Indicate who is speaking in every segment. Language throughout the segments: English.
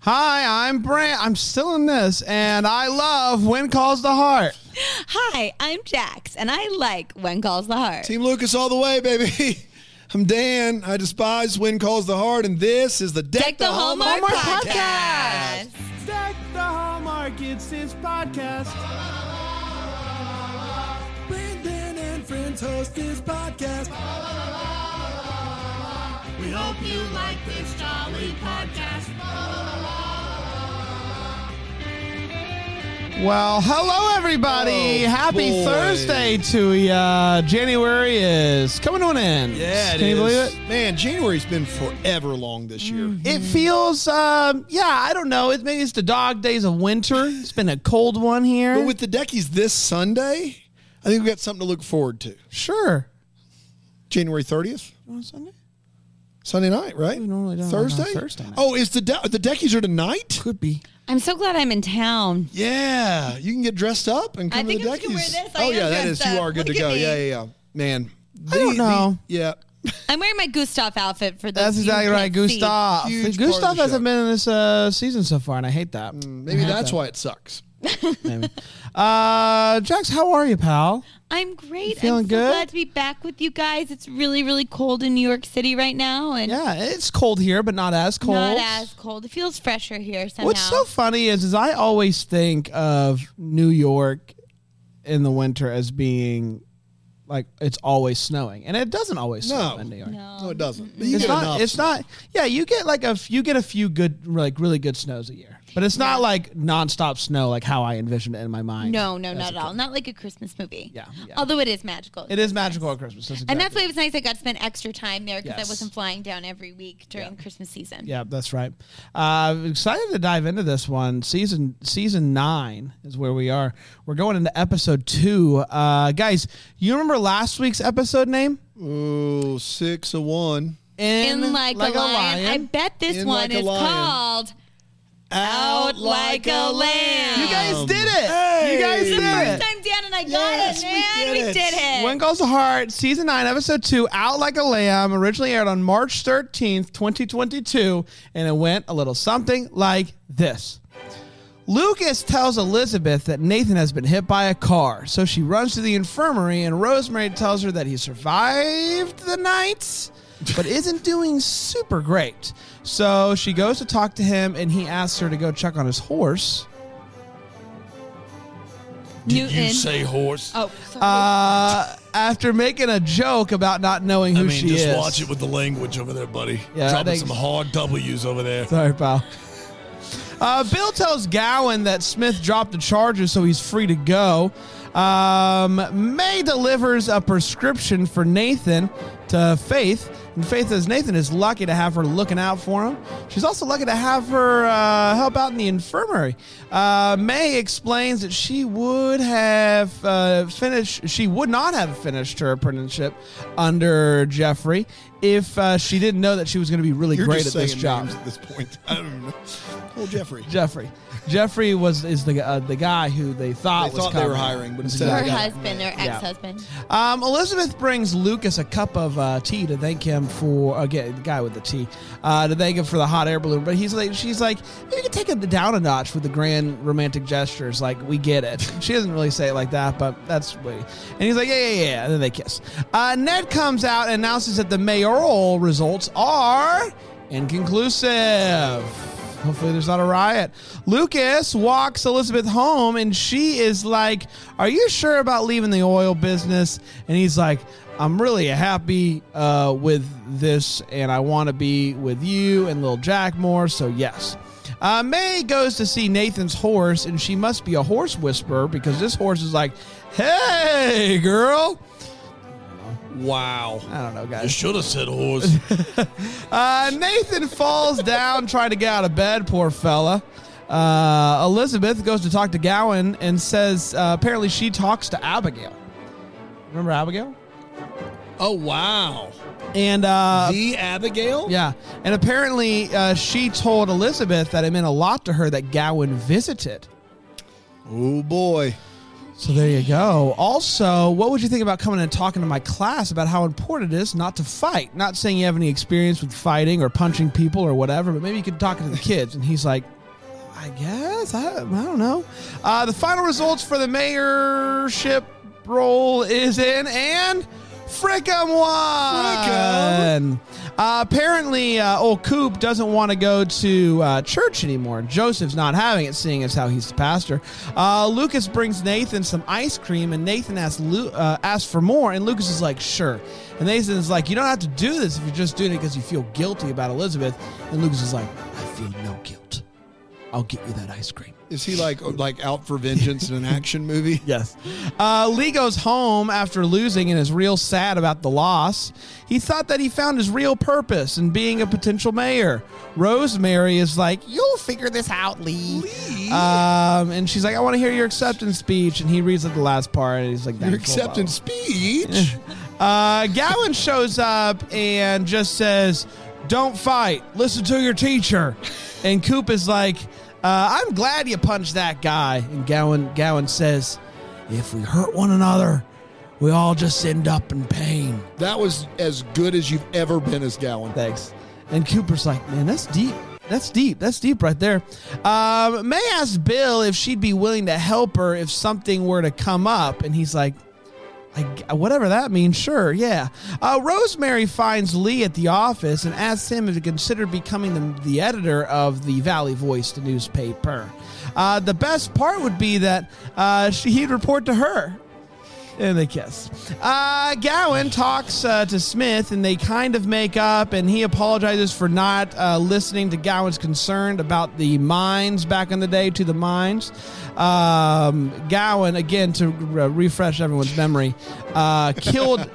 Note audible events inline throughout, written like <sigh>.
Speaker 1: Hi, I'm Brant. I'm still in this, and I love When Calls the Heart.
Speaker 2: Hi, I'm Jax, and I like When Calls the Heart.
Speaker 3: Team Lucas all the way, baby. <laughs> I'm Dan. I despise When Calls the Heart, and this is the Deck,
Speaker 2: Deck the Hallmark,
Speaker 1: Hallmark
Speaker 2: podcast.
Speaker 1: Deck the Hallmark, it's his podcast.
Speaker 3: When Dan and friends host this podcast.
Speaker 4: We hope you like this jolly podcast.
Speaker 1: Well, hello, everybody.
Speaker 3: Oh,
Speaker 1: Happy
Speaker 3: boy.
Speaker 1: Thursday to ya. January is coming to an end.
Speaker 3: Yeah, it
Speaker 1: Can you believe
Speaker 3: is.
Speaker 1: it? Mm-hmm.
Speaker 3: Man, January's been forever long this year.
Speaker 1: It feels, um, yeah, I don't know. It, maybe it's the dog days of winter. It's been a cold one here.
Speaker 3: But with the Deckies this Sunday, I think we got something to look forward to.
Speaker 1: sure.
Speaker 3: January 30th,
Speaker 1: On Sunday?
Speaker 3: Sunday night, right?
Speaker 1: We normally don't
Speaker 3: Thursday.
Speaker 1: on Thursday night.
Speaker 3: Oh, is the de- the Deckies are tonight?
Speaker 1: Could be.
Speaker 2: I'm so glad I'm in town.
Speaker 3: Yeah, you can get dressed up and come
Speaker 2: I
Speaker 3: to
Speaker 2: think
Speaker 3: the
Speaker 2: I'm just
Speaker 3: Deckies.
Speaker 2: gonna wear this. I
Speaker 3: oh
Speaker 2: am
Speaker 3: yeah, that
Speaker 2: dressed
Speaker 3: is. You
Speaker 2: up.
Speaker 3: are good
Speaker 2: Look
Speaker 3: to
Speaker 2: at
Speaker 3: go.
Speaker 2: me.
Speaker 3: Yeah, yeah, yeah. Man,
Speaker 1: I don't
Speaker 3: the- the-
Speaker 1: know.
Speaker 3: yeah.
Speaker 2: I'm wearing my Gustav outfit for those.
Speaker 1: That's
Speaker 2: of you who
Speaker 1: exactly right,
Speaker 2: can't see.
Speaker 1: Gustav.
Speaker 3: Huge part of
Speaker 1: Gustav
Speaker 3: the
Speaker 1: hasn't
Speaker 3: show. Mm,
Speaker 1: been in this uh, season so far, and I hate that.
Speaker 3: Maybe that's why it sucks. <laughs>
Speaker 1: Maybe. Uh, Jax, how are you, pal?
Speaker 2: I'm great.
Speaker 1: feeling
Speaker 2: I'm so
Speaker 1: good?
Speaker 2: glad to be back with you guys. It's really, really cold in New York City right now, and
Speaker 1: Yeah, it's cold here, but not as cold.
Speaker 2: not as cold. It feels fresher here somehow.
Speaker 1: What's so funny is, is I always think of New York in the winter as being like it's always snowing, and it doesn't always snow
Speaker 3: No.
Speaker 1: in New York.
Speaker 2: No.
Speaker 3: No, it doesn't. But you
Speaker 1: It's
Speaker 3: get
Speaker 1: not.
Speaker 3: enough.
Speaker 1: It's not. Yeah, you get like a f- you get a few good like really good snows a year, but it's not like nonstop snow like how I envisioned it in my mind.
Speaker 2: no, no, not
Speaker 1: That's
Speaker 2: at all. Not like a Christmas movie.
Speaker 1: Yeah, yeah.
Speaker 2: Although it is magical.
Speaker 1: It is magical at Christmas. That's exactly.
Speaker 2: And that's why it was nice I got to spend extra time there because
Speaker 1: Yes.
Speaker 2: I wasn't flying down every week during Christmas season.
Speaker 1: Yeah, that's right. Uh, I'm excited to dive into this one. Season season nine is where we are. We're going into episode two, uh, guys. You remember last week's episode name?
Speaker 3: Ooh, six of one.
Speaker 1: In,
Speaker 2: In like, a, lion. I bet this
Speaker 3: In
Speaker 2: one
Speaker 3: Like a
Speaker 2: is
Speaker 3: Lion.
Speaker 2: called Out Like a Lamb.
Speaker 1: You guys did it. You guys
Speaker 3: Hey!
Speaker 1: did
Speaker 2: First
Speaker 1: it.
Speaker 2: time Dan and I got
Speaker 3: Yes,
Speaker 2: it,
Speaker 3: we
Speaker 2: man.
Speaker 3: did
Speaker 2: We
Speaker 3: it.
Speaker 2: did it.
Speaker 1: When Goes the Heart, Season 9, Episode 2, Out Like a Lamb, originally aired on March 13th, 2022, and it went a little something like this. Lucas tells Elizabeth that Nathan has been hit by a car, so she runs to the infirmary, and Rosemary tells her that he survived the night, but isn't doing super great. So she goes to talk to him, and he asks her to go check on his horse.
Speaker 2: Newton.
Speaker 3: horse?
Speaker 2: oh, sorry.
Speaker 1: Uh, after making a joke about not knowing who she is.
Speaker 3: with the language over there, buddy.
Speaker 1: Yeah, Dropping thanks. some
Speaker 3: hard W's over
Speaker 1: <laughs>
Speaker 3: there.
Speaker 1: Sorry, pal. Uh, Bill tells Gowan that Smith dropped the charges, so he's free to go. Um, May delivers a prescription for Nathan to Faith, and Faith says Nathan is lucky to have her looking out for him. She's also lucky to have her uh, help out in the infirmary. Uh, May explains that she would have uh, finished, she would not have finished her apprenticeship under Jeffrey if uh, she didn't know that she was going to be really
Speaker 3: You're
Speaker 1: great
Speaker 3: just
Speaker 1: at
Speaker 3: saying
Speaker 1: this job.
Speaker 3: names at this point. <laughs> I don't know. Old Jeffrey.
Speaker 1: <laughs> Jeffrey. Jeffrey was is the uh, the guy who they thought
Speaker 3: They
Speaker 1: was
Speaker 3: thought they were
Speaker 1: coming.
Speaker 3: hiring, but
Speaker 1: That's
Speaker 3: instead
Speaker 2: her
Speaker 3: I got it.
Speaker 2: husband, her ex husband.
Speaker 1: Um, Elizabeth brings Lucas a cup of uh, tea to thank him for again the guy with the tea uh, to thank him for the hot air balloon. But he's like, she's like, you can take it down a notch with the grand romantic gestures. Like we get it. <laughs> She doesn't really say it like that, but that's what. he- And he's like, yeah, yeah, yeah. And then they kiss. Uh, Ned comes out and announces that the mayoral results are inconclusive. Hopefully, there's not a riot. Lucas walks Elizabeth home, and she is like, Are you sure about leaving the oil business? And he's like, I'm really happy uh, with this, and I want to be with you and little Jack more, so yes. Uh, May goes to see Nathan's horse, and she must be a horse whisperer because this horse is like, Hey, girl.
Speaker 3: Wow.
Speaker 1: I don't know, guys.
Speaker 3: should have
Speaker 1: <laughs>
Speaker 3: said horse.
Speaker 1: Uh, Nathan falls down trying to get out of bed, poor fella. Uh, Elizabeth goes to talk to Gowan and says uh, apparently she talks to Abigail. Remember Abigail?
Speaker 3: oh, wow.
Speaker 1: And uh,
Speaker 3: the Abigail?
Speaker 1: yeah, and apparently uh, she told Elizabeth that it meant a lot to her that Gowan visited.
Speaker 3: Oh, boy.
Speaker 1: So there you go. Also, what would you think about coming and talking to my class about how important it is not to fight? Not saying you have any experience with fighting or punching people or whatever, but maybe you could talk to the kids. And he's like, I guess. I, I don't know. Uh, the final results for the mayorship role is in, and Frickum won. Uh, apparently, uh, old Coop doesn't want to go to uh, church anymore. Joseph's not having it, seeing as how he's the pastor. Uh, Lucas brings Nathan some ice cream, and Nathan asks, Lu- uh, asks for more, and Lucas is like, sure. And Nathan's like, you don't have to do this if you're just doing it because you feel guilty about Elizabeth. And Lucas is like, I feel no guilt. I'll get you that ice cream.
Speaker 3: Is he like like out for
Speaker 1: <laughs>
Speaker 3: vengeance in an action movie?
Speaker 1: Yes. Uh, Lee goes home after losing and is real sad about the loss. He thought that he found his real purpose in being a potential mayor. Rosemary is like, You'll figure this out, Lee. Um, and she's like, I want to hear your acceptance speech. And he reads like the last part and he's like,
Speaker 3: Your
Speaker 1: "Thankful, blah, blah,
Speaker 3: acceptance speech.
Speaker 1: uh, Gowan shows up and just says, "Don't fight. Listen to your teacher." And Coop is like, uh, "I'm glad you punched that guy." And Gowan Gowan says, "If we hurt one another, we all just end up in pain."
Speaker 3: That was as good as you've ever been as Gowan.
Speaker 1: Thanks. And Cooper's like, "Man, that's deep." That's deep. That's deep right there. Um, May asked Bill if she'd be willing to help her if something were to come up, and he's like, like whatever that means, sure, yeah. Uh, Rosemary finds Lee at the office and asks him if he considered becoming the, the editor of the Valley Voice, the newspaper. Uh, the best part would be that uh, <laughs> she, he'd report to her. And they kiss. Uh, Gowan talks uh, to Smith, and they kind of make up. And he apologizes for not uh, listening to Gowan's concern about the mines back in the day to the mines. Um, Gowan, again, to re- refresh everyone's memory, uh,
Speaker 3: <laughs>
Speaker 1: killed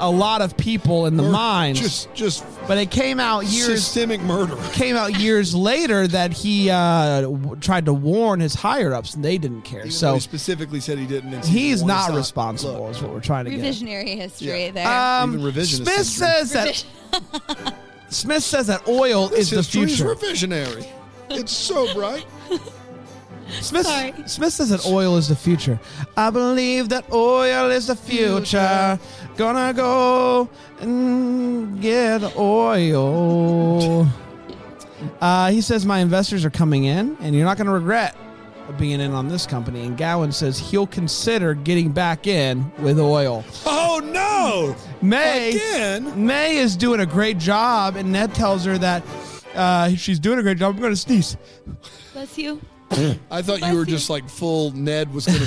Speaker 1: a lot of people in the
Speaker 3: Or
Speaker 1: mines.
Speaker 3: Just just
Speaker 1: but it came out years
Speaker 3: systemic murder.
Speaker 1: came out years later that he uh, w- tried to warn his higher ups, and they didn't care.
Speaker 3: Even though
Speaker 1: So
Speaker 3: he specifically said he didn't. and
Speaker 1: he's
Speaker 3: one
Speaker 1: not
Speaker 3: side.
Speaker 1: responsible.
Speaker 3: Look,
Speaker 1: is what we're trying to get.
Speaker 2: Revisionary history
Speaker 3: Yeah. Uh,
Speaker 2: there.
Speaker 1: Um,
Speaker 3: Even revisionist
Speaker 1: Smith
Speaker 3: history.
Speaker 1: says that Smith says that oil is
Speaker 3: this
Speaker 1: the
Speaker 3: history
Speaker 1: future.
Speaker 3: revisionary. It's so bright.
Speaker 1: Smith,
Speaker 2: Sorry.
Speaker 1: Smith says that oil is the future. I believe that oil is the future. Gonna go and get oil. Uh, he says my investors are coming in, and you're not going to regret being in on this company. And Gowan says he'll consider getting back in with oil.
Speaker 3: Oh no!
Speaker 1: May
Speaker 3: Again?
Speaker 1: May is doing a great job, and Ned tells her that uh, she's doing a great job. I'm going to sneeze.
Speaker 2: <laughs> Bless you.
Speaker 3: I thought you were just like full. Ned was gonna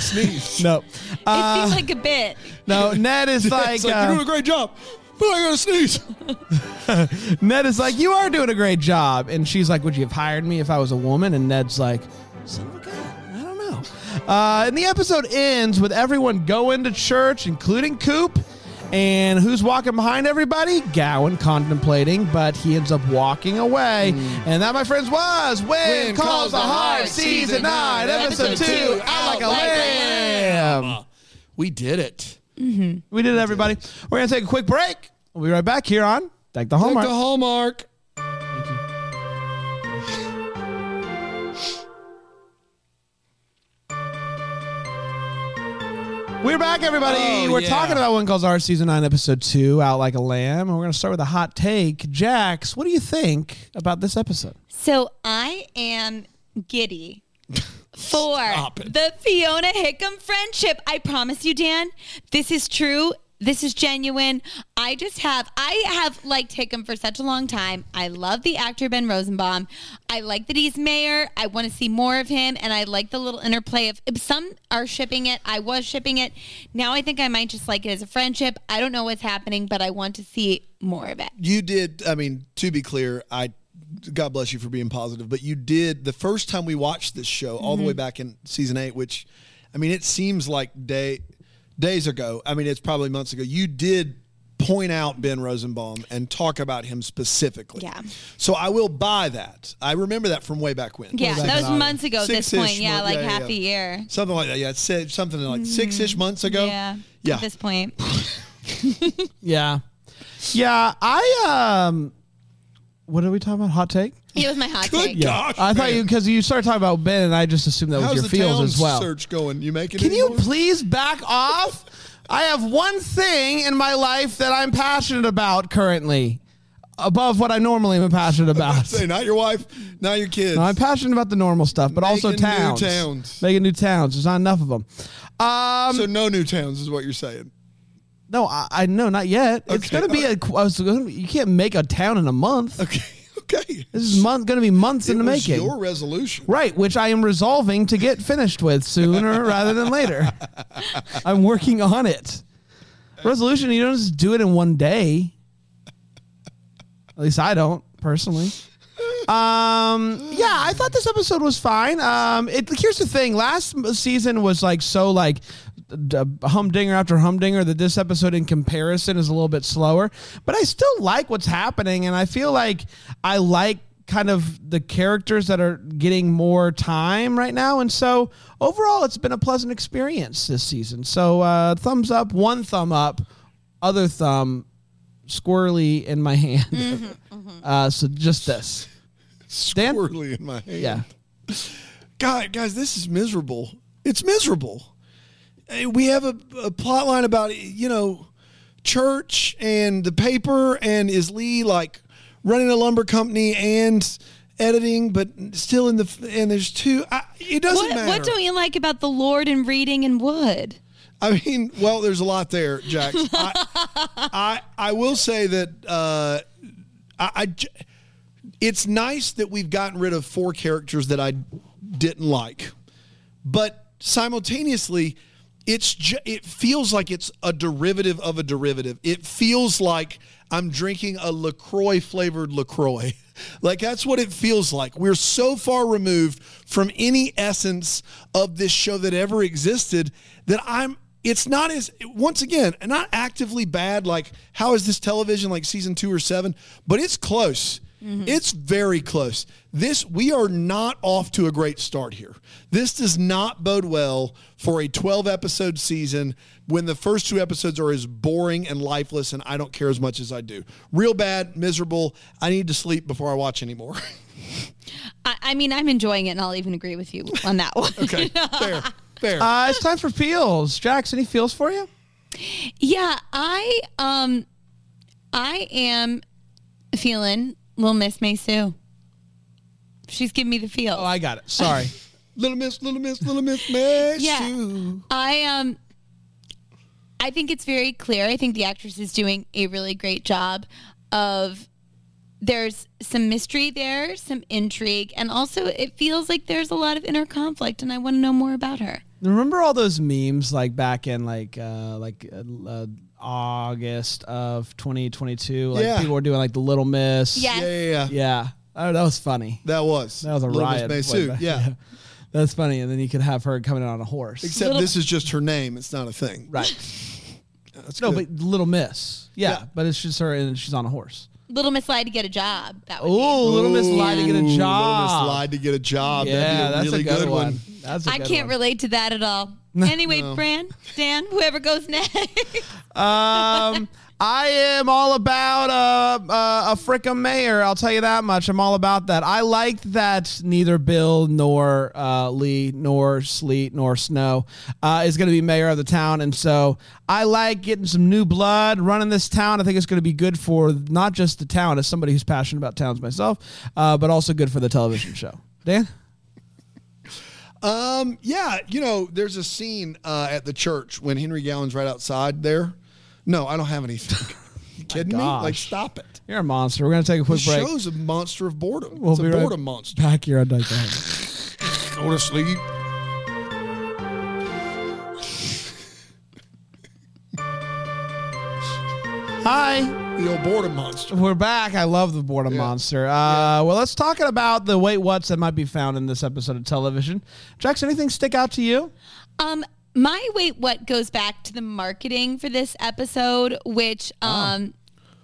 Speaker 1: <laughs>
Speaker 3: sneeze.
Speaker 1: No,
Speaker 2: It
Speaker 1: uh,
Speaker 2: seems like a bit.
Speaker 1: no. Ned is like,
Speaker 3: <laughs> it's like
Speaker 1: uh,
Speaker 3: you're doing a great job, but I gotta sneeze.
Speaker 1: Ned is like, you are doing a great job, and she's like, would you have hired me if I was a woman? And Ned's like, son of a gun, I don't know. Uh, and the episode ends with everyone going to church, including Coop. And who's walking behind everybody? Gowan contemplating, but he ends up walking away. And that, my friends, was When, Mm.
Speaker 3: When
Speaker 1: Calls the Heart, Season 9, Episode 2, Out Like a Lamb.
Speaker 3: We did it.
Speaker 1: We did it, everybody. We're going to take a quick break. We'll be right back here on Thank the Hallmark.
Speaker 3: Like the hallmark.
Speaker 1: We're back, everybody.
Speaker 3: Oh,
Speaker 1: we're
Speaker 3: yeah.
Speaker 1: talking about One Calls R Season 9, Episode 2, Out Like a Lamb. And we're going to start with a hot take. Jax, what do you think about this episode?
Speaker 2: So I am
Speaker 3: <laughs>
Speaker 2: giddy for
Speaker 3: Stop it.
Speaker 2: the Fiona Hickam friendship. I promise you, Dan, this is true. This is genuine. I just have I have liked Hickam for such a long time. I love the actor Ben Rosenbaum. I like that he's mayor. I want to see more of him, and I like the little interplay of some are shipping it. I was shipping it. Now I think I might just like it as a friendship. I don't know what's happening, but I want to see more of it.
Speaker 3: You did. I mean, to be clear, I. God bless you for being positive, but you did the first time we watched this show all
Speaker 2: Mm-hmm.
Speaker 3: the way back in season eight, which, I mean, it seems like day, days ago. I mean, it's probably months ago. You did point out Ben Rosenbaum and talk about him specifically.
Speaker 2: Yeah.
Speaker 3: So I will buy that. I remember that from way back when.
Speaker 2: Yeah,
Speaker 1: back
Speaker 2: that was
Speaker 1: in August.
Speaker 2: months ago at this
Speaker 3: Six-ish
Speaker 2: point. Yeah,
Speaker 3: month-
Speaker 2: like
Speaker 3: yeah,
Speaker 2: half
Speaker 3: yeah.
Speaker 2: a year.
Speaker 3: Something like that. Yeah, it said something like six ish months ago.
Speaker 2: Mm-hmm. Yeah.
Speaker 3: Yeah.
Speaker 2: At this point.
Speaker 1: Yeah. Yeah, I, um, what are we talking about? Hot take?
Speaker 2: It was my hot
Speaker 3: Good
Speaker 2: take.
Speaker 3: God.
Speaker 1: I thought
Speaker 3: man.
Speaker 1: you, because you started talking about Ben, and I just assumed that
Speaker 3: How's
Speaker 1: was
Speaker 3: the
Speaker 1: your feels
Speaker 3: town
Speaker 1: as well.
Speaker 3: search going? You making
Speaker 1: Can you
Speaker 3: anymore?
Speaker 1: please back off? I have one thing in my life that I'm passionate about currently. above what I normally am passionate about.
Speaker 3: <laughs> Say not your wife, not your kids.
Speaker 1: No, I'm passionate about the normal stuff, but also
Speaker 3: Making new
Speaker 1: towns.
Speaker 3: towns.
Speaker 1: Making new towns. There's not enough of them. Um,
Speaker 3: so no new towns is what you're saying.
Speaker 1: no, I, I no, not yet. It's
Speaker 3: Okay.
Speaker 1: gonna be a. qu- I was gonna- You can't make a town in a month.
Speaker 3: <laughs> Okay, okay.
Speaker 1: This is month gonna be months in
Speaker 3: It
Speaker 1: the
Speaker 3: was
Speaker 1: making.
Speaker 3: your resolution.
Speaker 1: Right, which I am resolving to get finished with
Speaker 3: <laughs>
Speaker 1: sooner rather than later. I'm working on it. Resolution, you don't just do it in one day. At least I don't personally. Um, yeah, I thought this episode was fine. Um, it, here's the thing: last m- season was like so like d- uh, humdinger after humdinger that this episode in comparison is a little bit slower. But I still like what's happening, and I feel like I like kind of the characters that are getting more time right now. And so overall, it's been a pleasant experience this season. So uh, thumbs up, one thumb up, other thumb squirrely in my hand. <laughs> Uh, so just this. Dan?
Speaker 3: Squirrely in my hand.
Speaker 1: Yeah.
Speaker 3: God, guys, this is miserable. It's miserable. Hey, We have a, a plot line about, you know, church and the paper, and is Lee like running a lumber company and editing, but still in the, and there's two, I, it doesn't
Speaker 2: What,
Speaker 3: matter.
Speaker 2: what don't you like about the Lord and reading and wood?
Speaker 3: I mean, well, there's a lot there, Jax. I, I I will say that uh, I, I j- it's nice that we've gotten rid of four characters that I didn't like, but simultaneously, it's ju- it feels like it's a derivative of a derivative. It feels like I'm drinking a Lacroix flavored Lacroix. <laughs> Like that's what it feels like. We're so far removed from any essence of this show that ever existed that I'm it's not as once again not actively bad like how is this television like season two or seven but it's close
Speaker 2: Mm-hmm.
Speaker 3: it's very close this we are not off to a great start here this does not bode well for a 12 episode season when the first two episodes are as boring and lifeless and i don't care as much as i do real bad miserable i need to sleep before i watch anymore <laughs>
Speaker 2: I, I mean, I'm enjoying it, and I'll even agree with you on that one. <laughs>
Speaker 3: <laughs> okay fair fair
Speaker 1: Uh, it's time for feels. Jax, any feels for you?
Speaker 2: Yeah, I um, I am feeling little Miss May Sue. She's giving me the feel.
Speaker 1: Oh, I got it. Sorry.
Speaker 3: little miss little miss little miss miss
Speaker 2: yeah,
Speaker 3: you.
Speaker 2: I um, I think it's very clear. I think the actress is doing a really great job of. There's some mystery there, some intrigue, and also it feels like there's a lot of inner conflict, and I want to know more about her.
Speaker 1: <laughs> Remember all those memes like back in like uh, like uh, uh, August of 2022? Like
Speaker 3: Yeah.
Speaker 1: people were doing like the Little Miss.
Speaker 2: Yeah.
Speaker 3: yeah yeah, yeah.
Speaker 1: Yeah. Oh, that was funny.
Speaker 3: That was
Speaker 1: That was a
Speaker 3: Little
Speaker 1: riot.
Speaker 3: Miss
Speaker 1: way
Speaker 3: Maisoo,
Speaker 1: back. <laughs>
Speaker 3: yeah.
Speaker 1: That's funny. And then you could have her coming in on a horse.
Speaker 3: Except
Speaker 2: Little-
Speaker 3: this is just her name. It's not a thing.
Speaker 1: right.
Speaker 3: That's
Speaker 1: No,
Speaker 3: good.
Speaker 1: but Little Miss. Yeah,
Speaker 3: Yeah.
Speaker 1: But it's just her and she's on a horse.
Speaker 2: Little Miss Lied to get a job. That would be.
Speaker 1: Oh, Little Miss
Speaker 3: Ooh,
Speaker 1: lied to get a job.
Speaker 3: Little Miss lied to get a job.
Speaker 1: Yeah,
Speaker 3: That'd
Speaker 1: that's
Speaker 3: be a really
Speaker 1: a good, one.
Speaker 3: one.
Speaker 1: That's a
Speaker 2: I
Speaker 1: good
Speaker 2: can't
Speaker 1: one.
Speaker 2: relate to that
Speaker 1: <laughs>
Speaker 2: at all. Anyway, Fran, Dan, whoever goes next. <laughs>
Speaker 1: Um, I am all about a, a, a frickin' mayor. I'll tell you that much. I'm all about that. I liked that neither Bill nor uh, Lee nor Sleet nor Snow uh, is going to be mayor of the town, and so I like getting some new blood running this town. I think it's going to be good for not just the town, as somebody who's passionate about towns myself, uh, but also good for the television show. Dan,
Speaker 3: Um, yeah, you know, there's a scene uh, at the church when Henry Gowan's right outside there. No, I don't
Speaker 1: <laughs>
Speaker 3: have anything. you kidding me? Like,
Speaker 1: gosh.
Speaker 3: stop it.
Speaker 1: you're a monster. We're going to take a
Speaker 3: The
Speaker 1: quick break.
Speaker 3: show's a monster of boredom.
Speaker 1: We'll
Speaker 3: it's a
Speaker 1: be right-
Speaker 3: boredom monster.
Speaker 1: Back here on Dyke Island.
Speaker 3: Go to sleep.
Speaker 1: Hi.
Speaker 3: The old boredom monster.
Speaker 1: We're back. I love the boredom
Speaker 3: Yeah.
Speaker 1: monster. Uh, Well, let's talk about the wait what's that might be found in this episode of television. Jax, anything stick out to you?
Speaker 2: um, my wait, what goes back to the marketing for this episode, which um,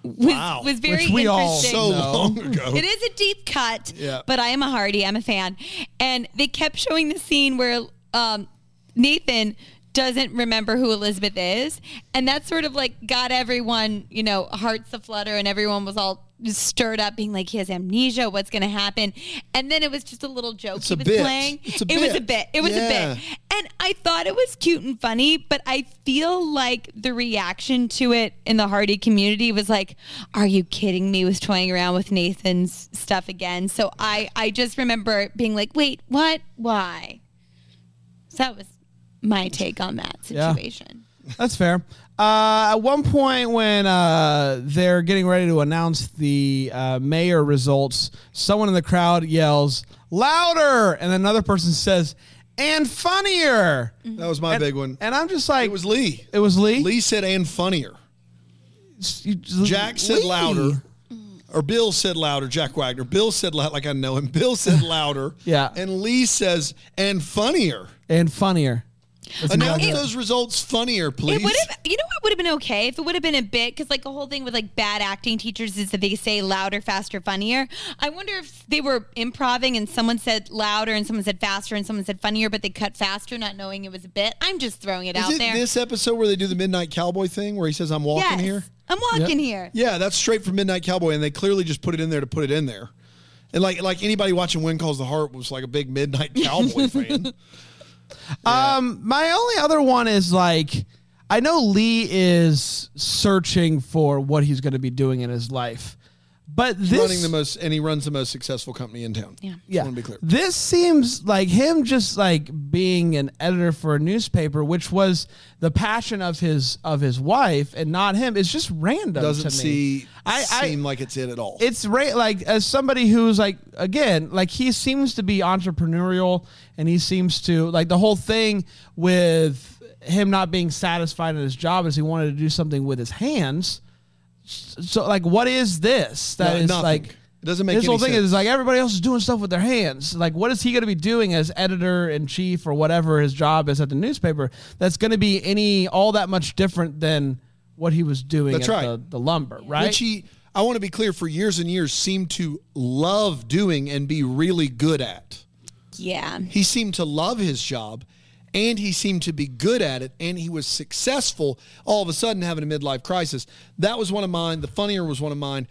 Speaker 2: was,
Speaker 3: Wow.
Speaker 2: was very
Speaker 1: Ah. Which we all
Speaker 2: interesting.
Speaker 3: So <laughs>
Speaker 1: No.
Speaker 3: long ago.
Speaker 2: it is a deep cut,
Speaker 3: Yeah.
Speaker 2: but I am a Hardy. I'm a fan. And they kept showing the scene where um, Nathan doesn't remember who Elizabeth is. And that sort of like got everyone, you know, hearts aflutter and everyone was all stirred up, being like, he has amnesia. What's going to happen? And then it was just a little joke
Speaker 3: It's
Speaker 2: he
Speaker 3: a
Speaker 2: was
Speaker 3: bit.
Speaker 2: playing.
Speaker 3: It's a
Speaker 2: it was a
Speaker 3: bit.
Speaker 2: bit. It was
Speaker 3: Yeah.
Speaker 2: a bit. And I thought it was cute and funny, but I feel like the reaction to it in the Hardy community was like, "Are you kidding me?" Was toying around with Nathan's stuff again. So I, I just remember being like, "Wait, what? Why?" So that was my take on that
Speaker 1: Yeah.
Speaker 2: situation.
Speaker 1: That's fair. Uh, at one point, when uh, they're getting ready to announce the uh, mayor results, someone in the crowd yells louder, and another person says, "And funnier."
Speaker 3: That was my big one.
Speaker 1: And I'm just like,
Speaker 3: it was Lee.
Speaker 1: It was Lee.
Speaker 3: Lee said and funnier.
Speaker 1: You-
Speaker 3: Jack said
Speaker 1: Lee.
Speaker 3: louder. Or Bill said louder, Jack Wagner. Bill said loud, like I know him.
Speaker 1: <laughs>
Speaker 3: Bill said louder.
Speaker 1: Yeah.
Speaker 3: And Lee says, and funnier.
Speaker 1: and funnier.
Speaker 3: Announce
Speaker 2: It-
Speaker 3: those results funnier, please.
Speaker 2: It would have, you know, what would have been okay if it would have been a bit because, like, the whole thing with like bad acting teachers is that they say louder, faster, funnier. I wonder if they were improving and someone said louder and someone said faster and someone said funnier, but they cut faster, not knowing it was a bit. I'm just throwing it out
Speaker 3: Is it
Speaker 2: there.
Speaker 3: this episode where they do the Midnight Cowboy thing where he says, I'm walking
Speaker 2: yes,
Speaker 3: here?
Speaker 2: I'm walking here.
Speaker 3: Yeah, that's straight from Midnight Cowboy, and they clearly just put it in there to put it in there. And like like anybody watching When Calls the Heart was like a big Midnight
Speaker 1: <laughs>
Speaker 3: Cowboy fan.
Speaker 1: Um, my only other one is like, I know Lee is searching for what he's going to be doing in his life, but this
Speaker 3: running the most, and he runs the most successful company in town. Yeah,
Speaker 1: Yeah,
Speaker 3: want to be clear.
Speaker 1: this seems like him just like being an editor for a newspaper, which was the passion of his of his wife, and not him. It's just random.
Speaker 3: Doesn't
Speaker 1: to me.
Speaker 3: see
Speaker 1: I, I
Speaker 3: seem like it's it at all.
Speaker 1: it's right like as somebody who's like again like he seems to be entrepreneurial and he seems to like the whole thing with him not being satisfied in his job is he wanted to do something with his hands so like what is this that
Speaker 3: No,
Speaker 1: is
Speaker 3: nothing.
Speaker 1: like
Speaker 3: It doesn't make
Speaker 1: his whole
Speaker 3: any
Speaker 1: thing
Speaker 3: sense.
Speaker 1: is like everybody else is doing stuff with their hands like what is he going to be doing as editor in chief or whatever his job is at the newspaper that's going to be any all that much different than what he was doing
Speaker 3: That's
Speaker 1: at
Speaker 3: right.
Speaker 1: the, the lumber right
Speaker 3: which he I want to be clear for years and years seemed to love doing and be really good at.
Speaker 2: Yeah.
Speaker 3: He seemed to love his job and he seemed to be good at it and he was successful all of a sudden having a midlife crisis. That was one of mine. The funnier was one of mine.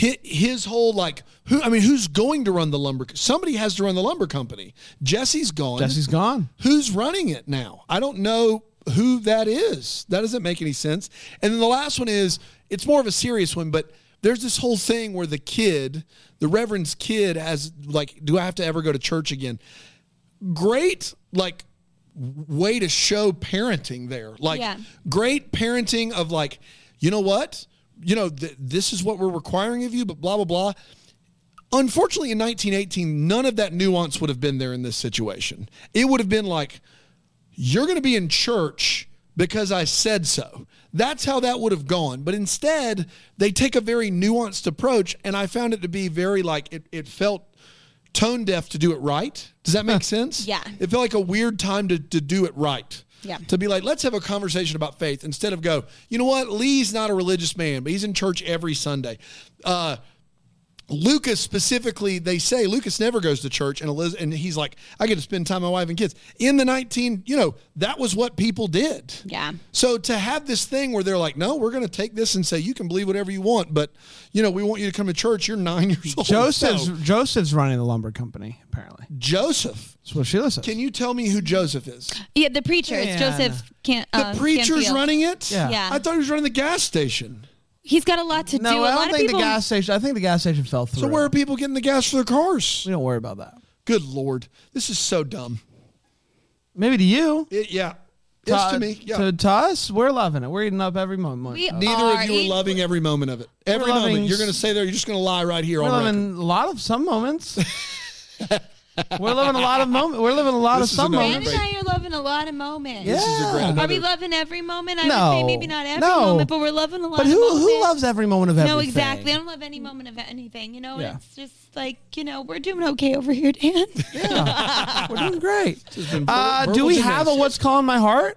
Speaker 3: Hi- His whole like who I mean who's going to run the lumber co- somebody has to run the lumber company. Jesse's gone.
Speaker 1: Jesse's gone.
Speaker 3: Who's running it now? I don't know who that is. That doesn't make any sense. And then the last one is it's more of a serious one, but there's this whole thing where the kid, the reverend's kid, has like, do I have to ever go to church again? Great, like, w- way to show parenting there. Like,
Speaker 2: Yeah.
Speaker 3: great parenting of like, you know what? You know, th- this is what we're requiring of you, but blah, blah, blah. Unfortunately, in 1918, none of that nuance would have been there in this situation. It would have been like, you're going to be in church because I said so. That's how that would have gone. But instead, they take a very nuanced approach, and I found it to be very like it, it felt tone deaf to do it right. Does that make sense?
Speaker 2: Yeah.
Speaker 3: It felt like a weird time to, to do it right.
Speaker 2: Yeah.
Speaker 3: To be like, let's have a conversation about faith instead of go, you know what? Lee's not a religious man, but he's in church every Sunday. Uh, Lucas specifically, they say Lucas never goes to church, and Eliz- and he's like, I get to spend time with my wife and kids. In the nineteen, you know, that was what people did.
Speaker 2: Yeah.
Speaker 3: So to have this thing where they're like, no, we're going to take this and say you can believe whatever you want, but you know, we want you to come to church. You're nine years
Speaker 1: <laughs>
Speaker 3: old.
Speaker 1: Joseph's
Speaker 3: So,
Speaker 1: Joseph's running the lumber company. Apparently,
Speaker 3: Joseph.
Speaker 1: that's what Sheila says.
Speaker 3: Can you tell me who Joseph is?
Speaker 2: Yeah. The preacher. It's
Speaker 1: Man.
Speaker 2: Joseph uh, can't.
Speaker 3: The preacher's running it.
Speaker 1: Yeah.
Speaker 2: Yeah.
Speaker 3: I thought he was running the gas station.
Speaker 2: He's got a lot to do.
Speaker 1: no,
Speaker 2: a
Speaker 1: I don't
Speaker 2: lot of
Speaker 1: think
Speaker 2: people.
Speaker 1: the gas station. I think the gas station fell through.
Speaker 3: So where are people getting the gas for their cars?
Speaker 1: we don't worry about that.
Speaker 3: Good lord, this is so dumb.
Speaker 1: Maybe to you,
Speaker 3: It, yeah, it's to me. Yeah.
Speaker 1: to, to us, we're loving it. We're eating up every moment. Uh,
Speaker 2: we
Speaker 3: Neither
Speaker 2: are
Speaker 3: of you are
Speaker 2: eat-
Speaker 3: loving every moment of it. Every
Speaker 1: loving
Speaker 3: moment. You're
Speaker 1: s-
Speaker 3: going to say there, you're just going to lie right here
Speaker 1: we're
Speaker 3: on record.
Speaker 1: living a lot of some moments.
Speaker 3: <laughs>
Speaker 1: we're living a lot of moments. We're living a lot
Speaker 3: This
Speaker 1: of
Speaker 3: is
Speaker 1: some
Speaker 3: another
Speaker 2: Brandon
Speaker 1: moments.
Speaker 2: and I are loving a lot of moments.
Speaker 1: Yeah.
Speaker 3: This is a grand
Speaker 2: Are
Speaker 3: another-
Speaker 2: we loving every moment? I
Speaker 1: No.
Speaker 2: would say maybe not every
Speaker 1: No.
Speaker 2: moment, but we're loving a lot
Speaker 1: But
Speaker 2: of
Speaker 1: who
Speaker 2: moments.
Speaker 1: who loves every moment of everything?
Speaker 2: No, exactly. I don't love any moment of anything, you know? and
Speaker 1: Yeah.
Speaker 2: It's just like, you know, we're doing okay over
Speaker 1: <laughs>
Speaker 2: here, Dan. <laughs>
Speaker 1: Yeah. we're doing great.
Speaker 3: been ver-
Speaker 1: Uh, do
Speaker 3: verbal
Speaker 1: we have a
Speaker 3: gymnastics.
Speaker 1: what's calling my heart?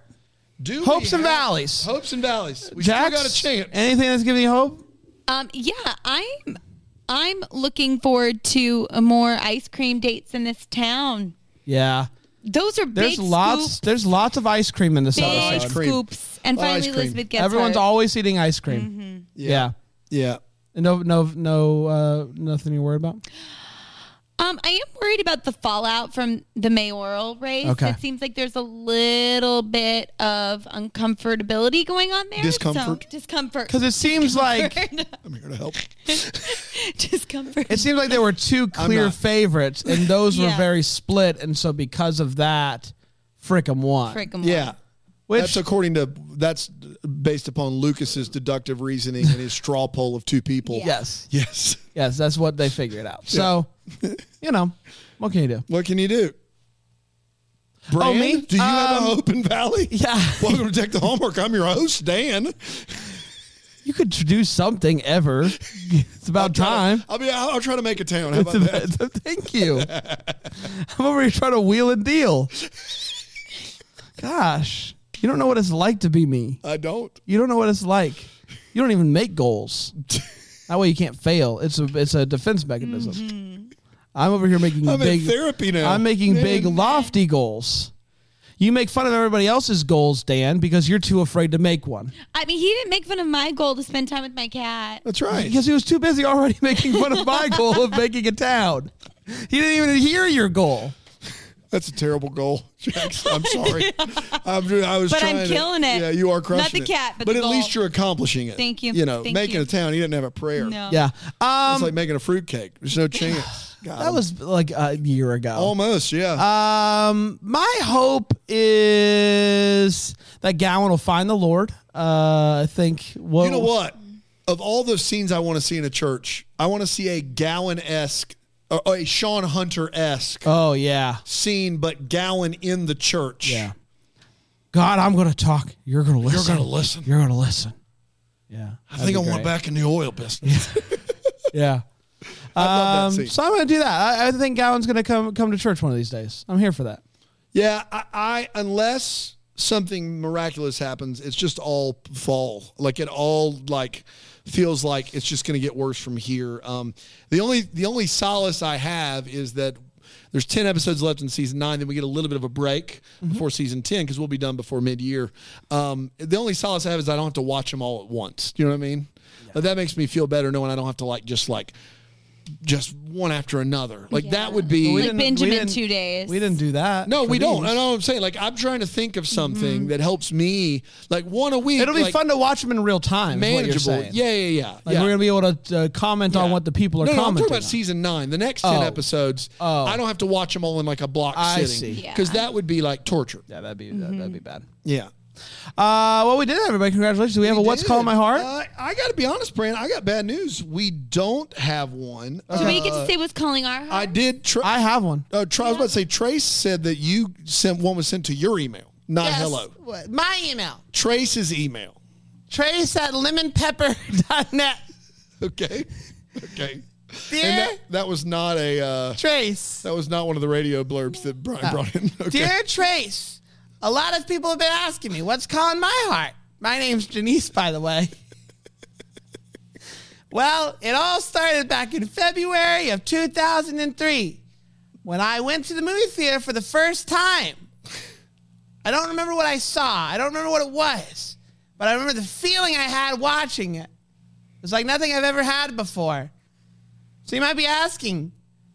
Speaker 3: Do we
Speaker 1: Hopes and
Speaker 3: have-
Speaker 1: valleys.
Speaker 3: Hopes and valleys. We
Speaker 1: Jax,
Speaker 3: still got a chance.
Speaker 1: Anything that's giving you hope?
Speaker 2: um, yeah, I'm I'm looking forward to more ice cream dates in this town.
Speaker 1: Yeah.
Speaker 2: Those are
Speaker 1: There's
Speaker 2: big
Speaker 1: lots.
Speaker 2: scoops,
Speaker 1: There's lots of ice cream in this
Speaker 2: big
Speaker 1: episode.
Speaker 3: ice cream.
Speaker 2: scoops. And
Speaker 3: Ice
Speaker 2: finally
Speaker 3: cream.
Speaker 2: Elizabeth gets Mm-hmm.
Speaker 1: Everyone's
Speaker 2: hurt.
Speaker 1: always eating ice cream. Yeah.
Speaker 3: yeah.
Speaker 1: And no, no, no, uh, nothing you're worried about.
Speaker 2: Um, I am worried about the fallout from the mayoral race.
Speaker 1: Okay.
Speaker 2: It seems like there's a little bit of uncomfortability going on there.
Speaker 3: Discomfort.
Speaker 2: So, discomfort. <laughs>
Speaker 1: Because it seems like
Speaker 3: I'm here to help.
Speaker 2: discomfort.
Speaker 1: it seems like there were two clear
Speaker 3: not-
Speaker 1: favorites, and those were
Speaker 2: Yeah.
Speaker 1: very split. And so because of that, Frickum won.
Speaker 2: Frick 'em
Speaker 3: Yeah.
Speaker 1: Which-
Speaker 3: that's according to that's based upon Lucas's deductive reasoning and his straw poll of two people.
Speaker 2: Yeah.
Speaker 1: Yes,
Speaker 3: Yes.
Speaker 1: yes, that's what they figured out. So, you know, what can you do?
Speaker 3: What can you do? Brand,
Speaker 1: Oh, me?
Speaker 3: Do you have a
Speaker 1: Um,
Speaker 3: hope in Valley?
Speaker 1: yeah.
Speaker 3: <laughs> Welcome to Tech the Hallmark. I'm your host, Dan.
Speaker 1: You could do something ever. It's about time.
Speaker 3: I'll be. I'll, I'll try to make a town. How
Speaker 1: <laughs>
Speaker 3: about that?
Speaker 1: Thank
Speaker 3: <laughs>
Speaker 1: you. I'm over here trying to wheel and deal. Gosh, you don't know what it's like to be me.
Speaker 3: I don't.
Speaker 1: You don't know what it's like. You don't even make goals. That way you can't fail. It's a it's a defense mechanism. I'm over here making
Speaker 3: Mm-hmm. I'm
Speaker 1: big
Speaker 3: in therapy now.
Speaker 1: I'm making
Speaker 3: Man.
Speaker 1: big lofty goals. You make fun of everybody else's goals, Dan, because you're too afraid to make one.
Speaker 2: I mean, he didn't make fun of my goal to spend time with my cat.
Speaker 3: That's right.
Speaker 1: Because he was too busy already <laughs> making fun of my goal of making a town. He didn't even hear your goal.
Speaker 3: That's a terrible goal, <laughs> Jax. I'm
Speaker 2: <laughs>
Speaker 3: sorry. I'm, ju- I was
Speaker 2: But I'm
Speaker 3: trying to-
Speaker 2: killing it.
Speaker 3: Yeah, you are
Speaker 2: Not
Speaker 3: crushing
Speaker 2: the cat, but the
Speaker 3: at
Speaker 2: goal.
Speaker 3: least you're accomplishing it.
Speaker 2: Thank you.
Speaker 3: You know,
Speaker 2: Thank
Speaker 3: making
Speaker 2: you.
Speaker 3: a town, you didn't have a prayer.
Speaker 2: No.
Speaker 1: Yeah. Um,
Speaker 3: It's like making a fruitcake. There's no chance. God,
Speaker 1: That was like a year ago.
Speaker 3: almost, yeah.
Speaker 1: Um, my hope is that Gowan will find the Lord. Uh, I think. What,
Speaker 3: you know what? Of all those scenes I want to see in a church, I want to see a Gowan esque or or a Sean Hunter esque
Speaker 1: Oh yeah,
Speaker 3: scene, but Gowan in the church.
Speaker 1: yeah. God, I'm gonna talk. You're gonna listen.
Speaker 3: gonna listen.
Speaker 1: You're gonna listen. Yeah.
Speaker 3: I think I want back in the
Speaker 2: <laughs>
Speaker 3: oil business.
Speaker 1: Yeah.
Speaker 3: I love that
Speaker 1: Um,
Speaker 3: scene.
Speaker 1: so I'm gonna do that. I, I think Gowan's gonna come come to church one of these days. I'm here for that.
Speaker 3: Yeah, I, I unless something miraculous happens, it's just all fall. Like it all like feels like it's just going to get worse from here. Um, the only the only solace I have is that there's ten episodes left in season nine. Then we get a little bit of a break before season ten because we'll be done before mid year. Um, the only solace I have is I don't have to watch them all at once. Do you know what I mean? But that makes me feel better knowing I don't have to like just like just one after another. Like that would be
Speaker 2: Like
Speaker 1: didn't-
Speaker 2: Benjamin
Speaker 1: didn't-
Speaker 2: two days.
Speaker 1: We didn't do that.
Speaker 3: no,
Speaker 1: for
Speaker 3: we don't.
Speaker 1: these.
Speaker 3: I know what I'm saying. Like, I'm trying to think of something that helps me, like one a week.
Speaker 1: It'll be
Speaker 3: like,
Speaker 1: fun to watch them in real time. is what you're
Speaker 3: manageable.
Speaker 1: saying.
Speaker 3: yeah, yeah, yeah.
Speaker 1: Like
Speaker 3: yeah.
Speaker 1: we're gonna be able to uh, comment on
Speaker 3: Yeah.
Speaker 1: what the people are
Speaker 3: no, no, I'm
Speaker 1: commenting.
Speaker 3: talking about
Speaker 1: on.
Speaker 3: season nine. The next ten
Speaker 1: Oh.
Speaker 3: episodes,
Speaker 1: Oh.
Speaker 3: I don't have to watch them all in like a block
Speaker 1: I
Speaker 3: sitting
Speaker 1: see.
Speaker 2: Yeah.
Speaker 3: because that would be like torture.
Speaker 1: Yeah, that'd be that, that'd be bad.
Speaker 3: Yeah.
Speaker 1: Mm-hmm. Uh, well, we did it, everybody. Congratulations. Do we have a what's calling my heart?
Speaker 3: Uh, I got to be honest, Brand. I got bad news. We don't have one.
Speaker 2: Do we
Speaker 3: Uh,
Speaker 2: get to say what's calling our heart?
Speaker 3: I did. Try,
Speaker 1: I have one.
Speaker 3: uh, try, I was about to say Trace said that you sent one was sent to your email, not hello.
Speaker 1: My email.
Speaker 3: Trace's email. <laughs>
Speaker 1: Trace at lemonpepper.net.
Speaker 3: Okay. Okay.
Speaker 1: Dear-
Speaker 3: And that, that was not a uh,
Speaker 1: Trace.
Speaker 3: that was not one of the radio blurbs that Brian
Speaker 1: Oh.
Speaker 3: brought in. <laughs> Okay.
Speaker 1: Dear Trace, a lot of people have been asking me what's calling my heart. My name's Janice, by the way. <laughs> well, it all started back in February of 2003 when I went to the movie theater for the first time. I don't remember what I saw, I don't remember what it was, but I remember the feeling I had watching it. It was like nothing I've ever had before. So you might be asking,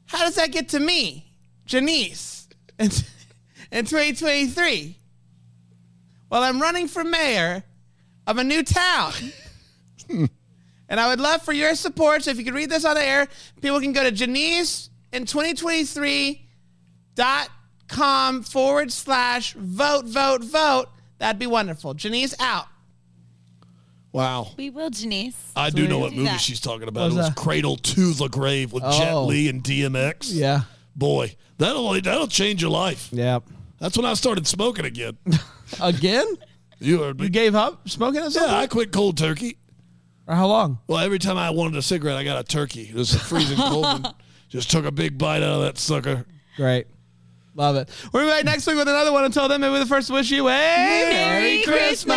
Speaker 1: how does that get to me, Janice, in, in 2023? Well, I'm running for mayor of a
Speaker 5: <laughs>
Speaker 1: new town. and I would love for your support. So if you could read this on air, people can go to Janice in 2023.com forward slash vote, vote, vote. That'd be wonderful. Janice out.
Speaker 3: Wow.
Speaker 2: we will, Janice.
Speaker 5: I do know what
Speaker 2: do
Speaker 5: movie
Speaker 2: that.
Speaker 5: she's talking about.
Speaker 1: What
Speaker 5: It
Speaker 1: was
Speaker 5: was
Speaker 1: that?
Speaker 5: Cradle to the Grave with Jet
Speaker 1: Oh.
Speaker 5: Li and DMX.
Speaker 1: Yeah.
Speaker 5: Boy, that'll that'll change your life.
Speaker 1: Yep.
Speaker 5: That's when I started smoking
Speaker 1: <laughs>
Speaker 5: again.
Speaker 1: Again?
Speaker 5: You heard me.
Speaker 1: gave up smoking or
Speaker 5: Yeah, I quit cold turkey.
Speaker 1: Or how long?
Speaker 5: Well, every time I wanted a cigarette, I got a turkey. It was a freezing
Speaker 1: <laughs>
Speaker 5: cold one. Just took a big bite out of that sucker.
Speaker 1: Great. Love it. We'll be back next week with another one. Until then, may we the first to wish you a Merry,
Speaker 2: Christmas!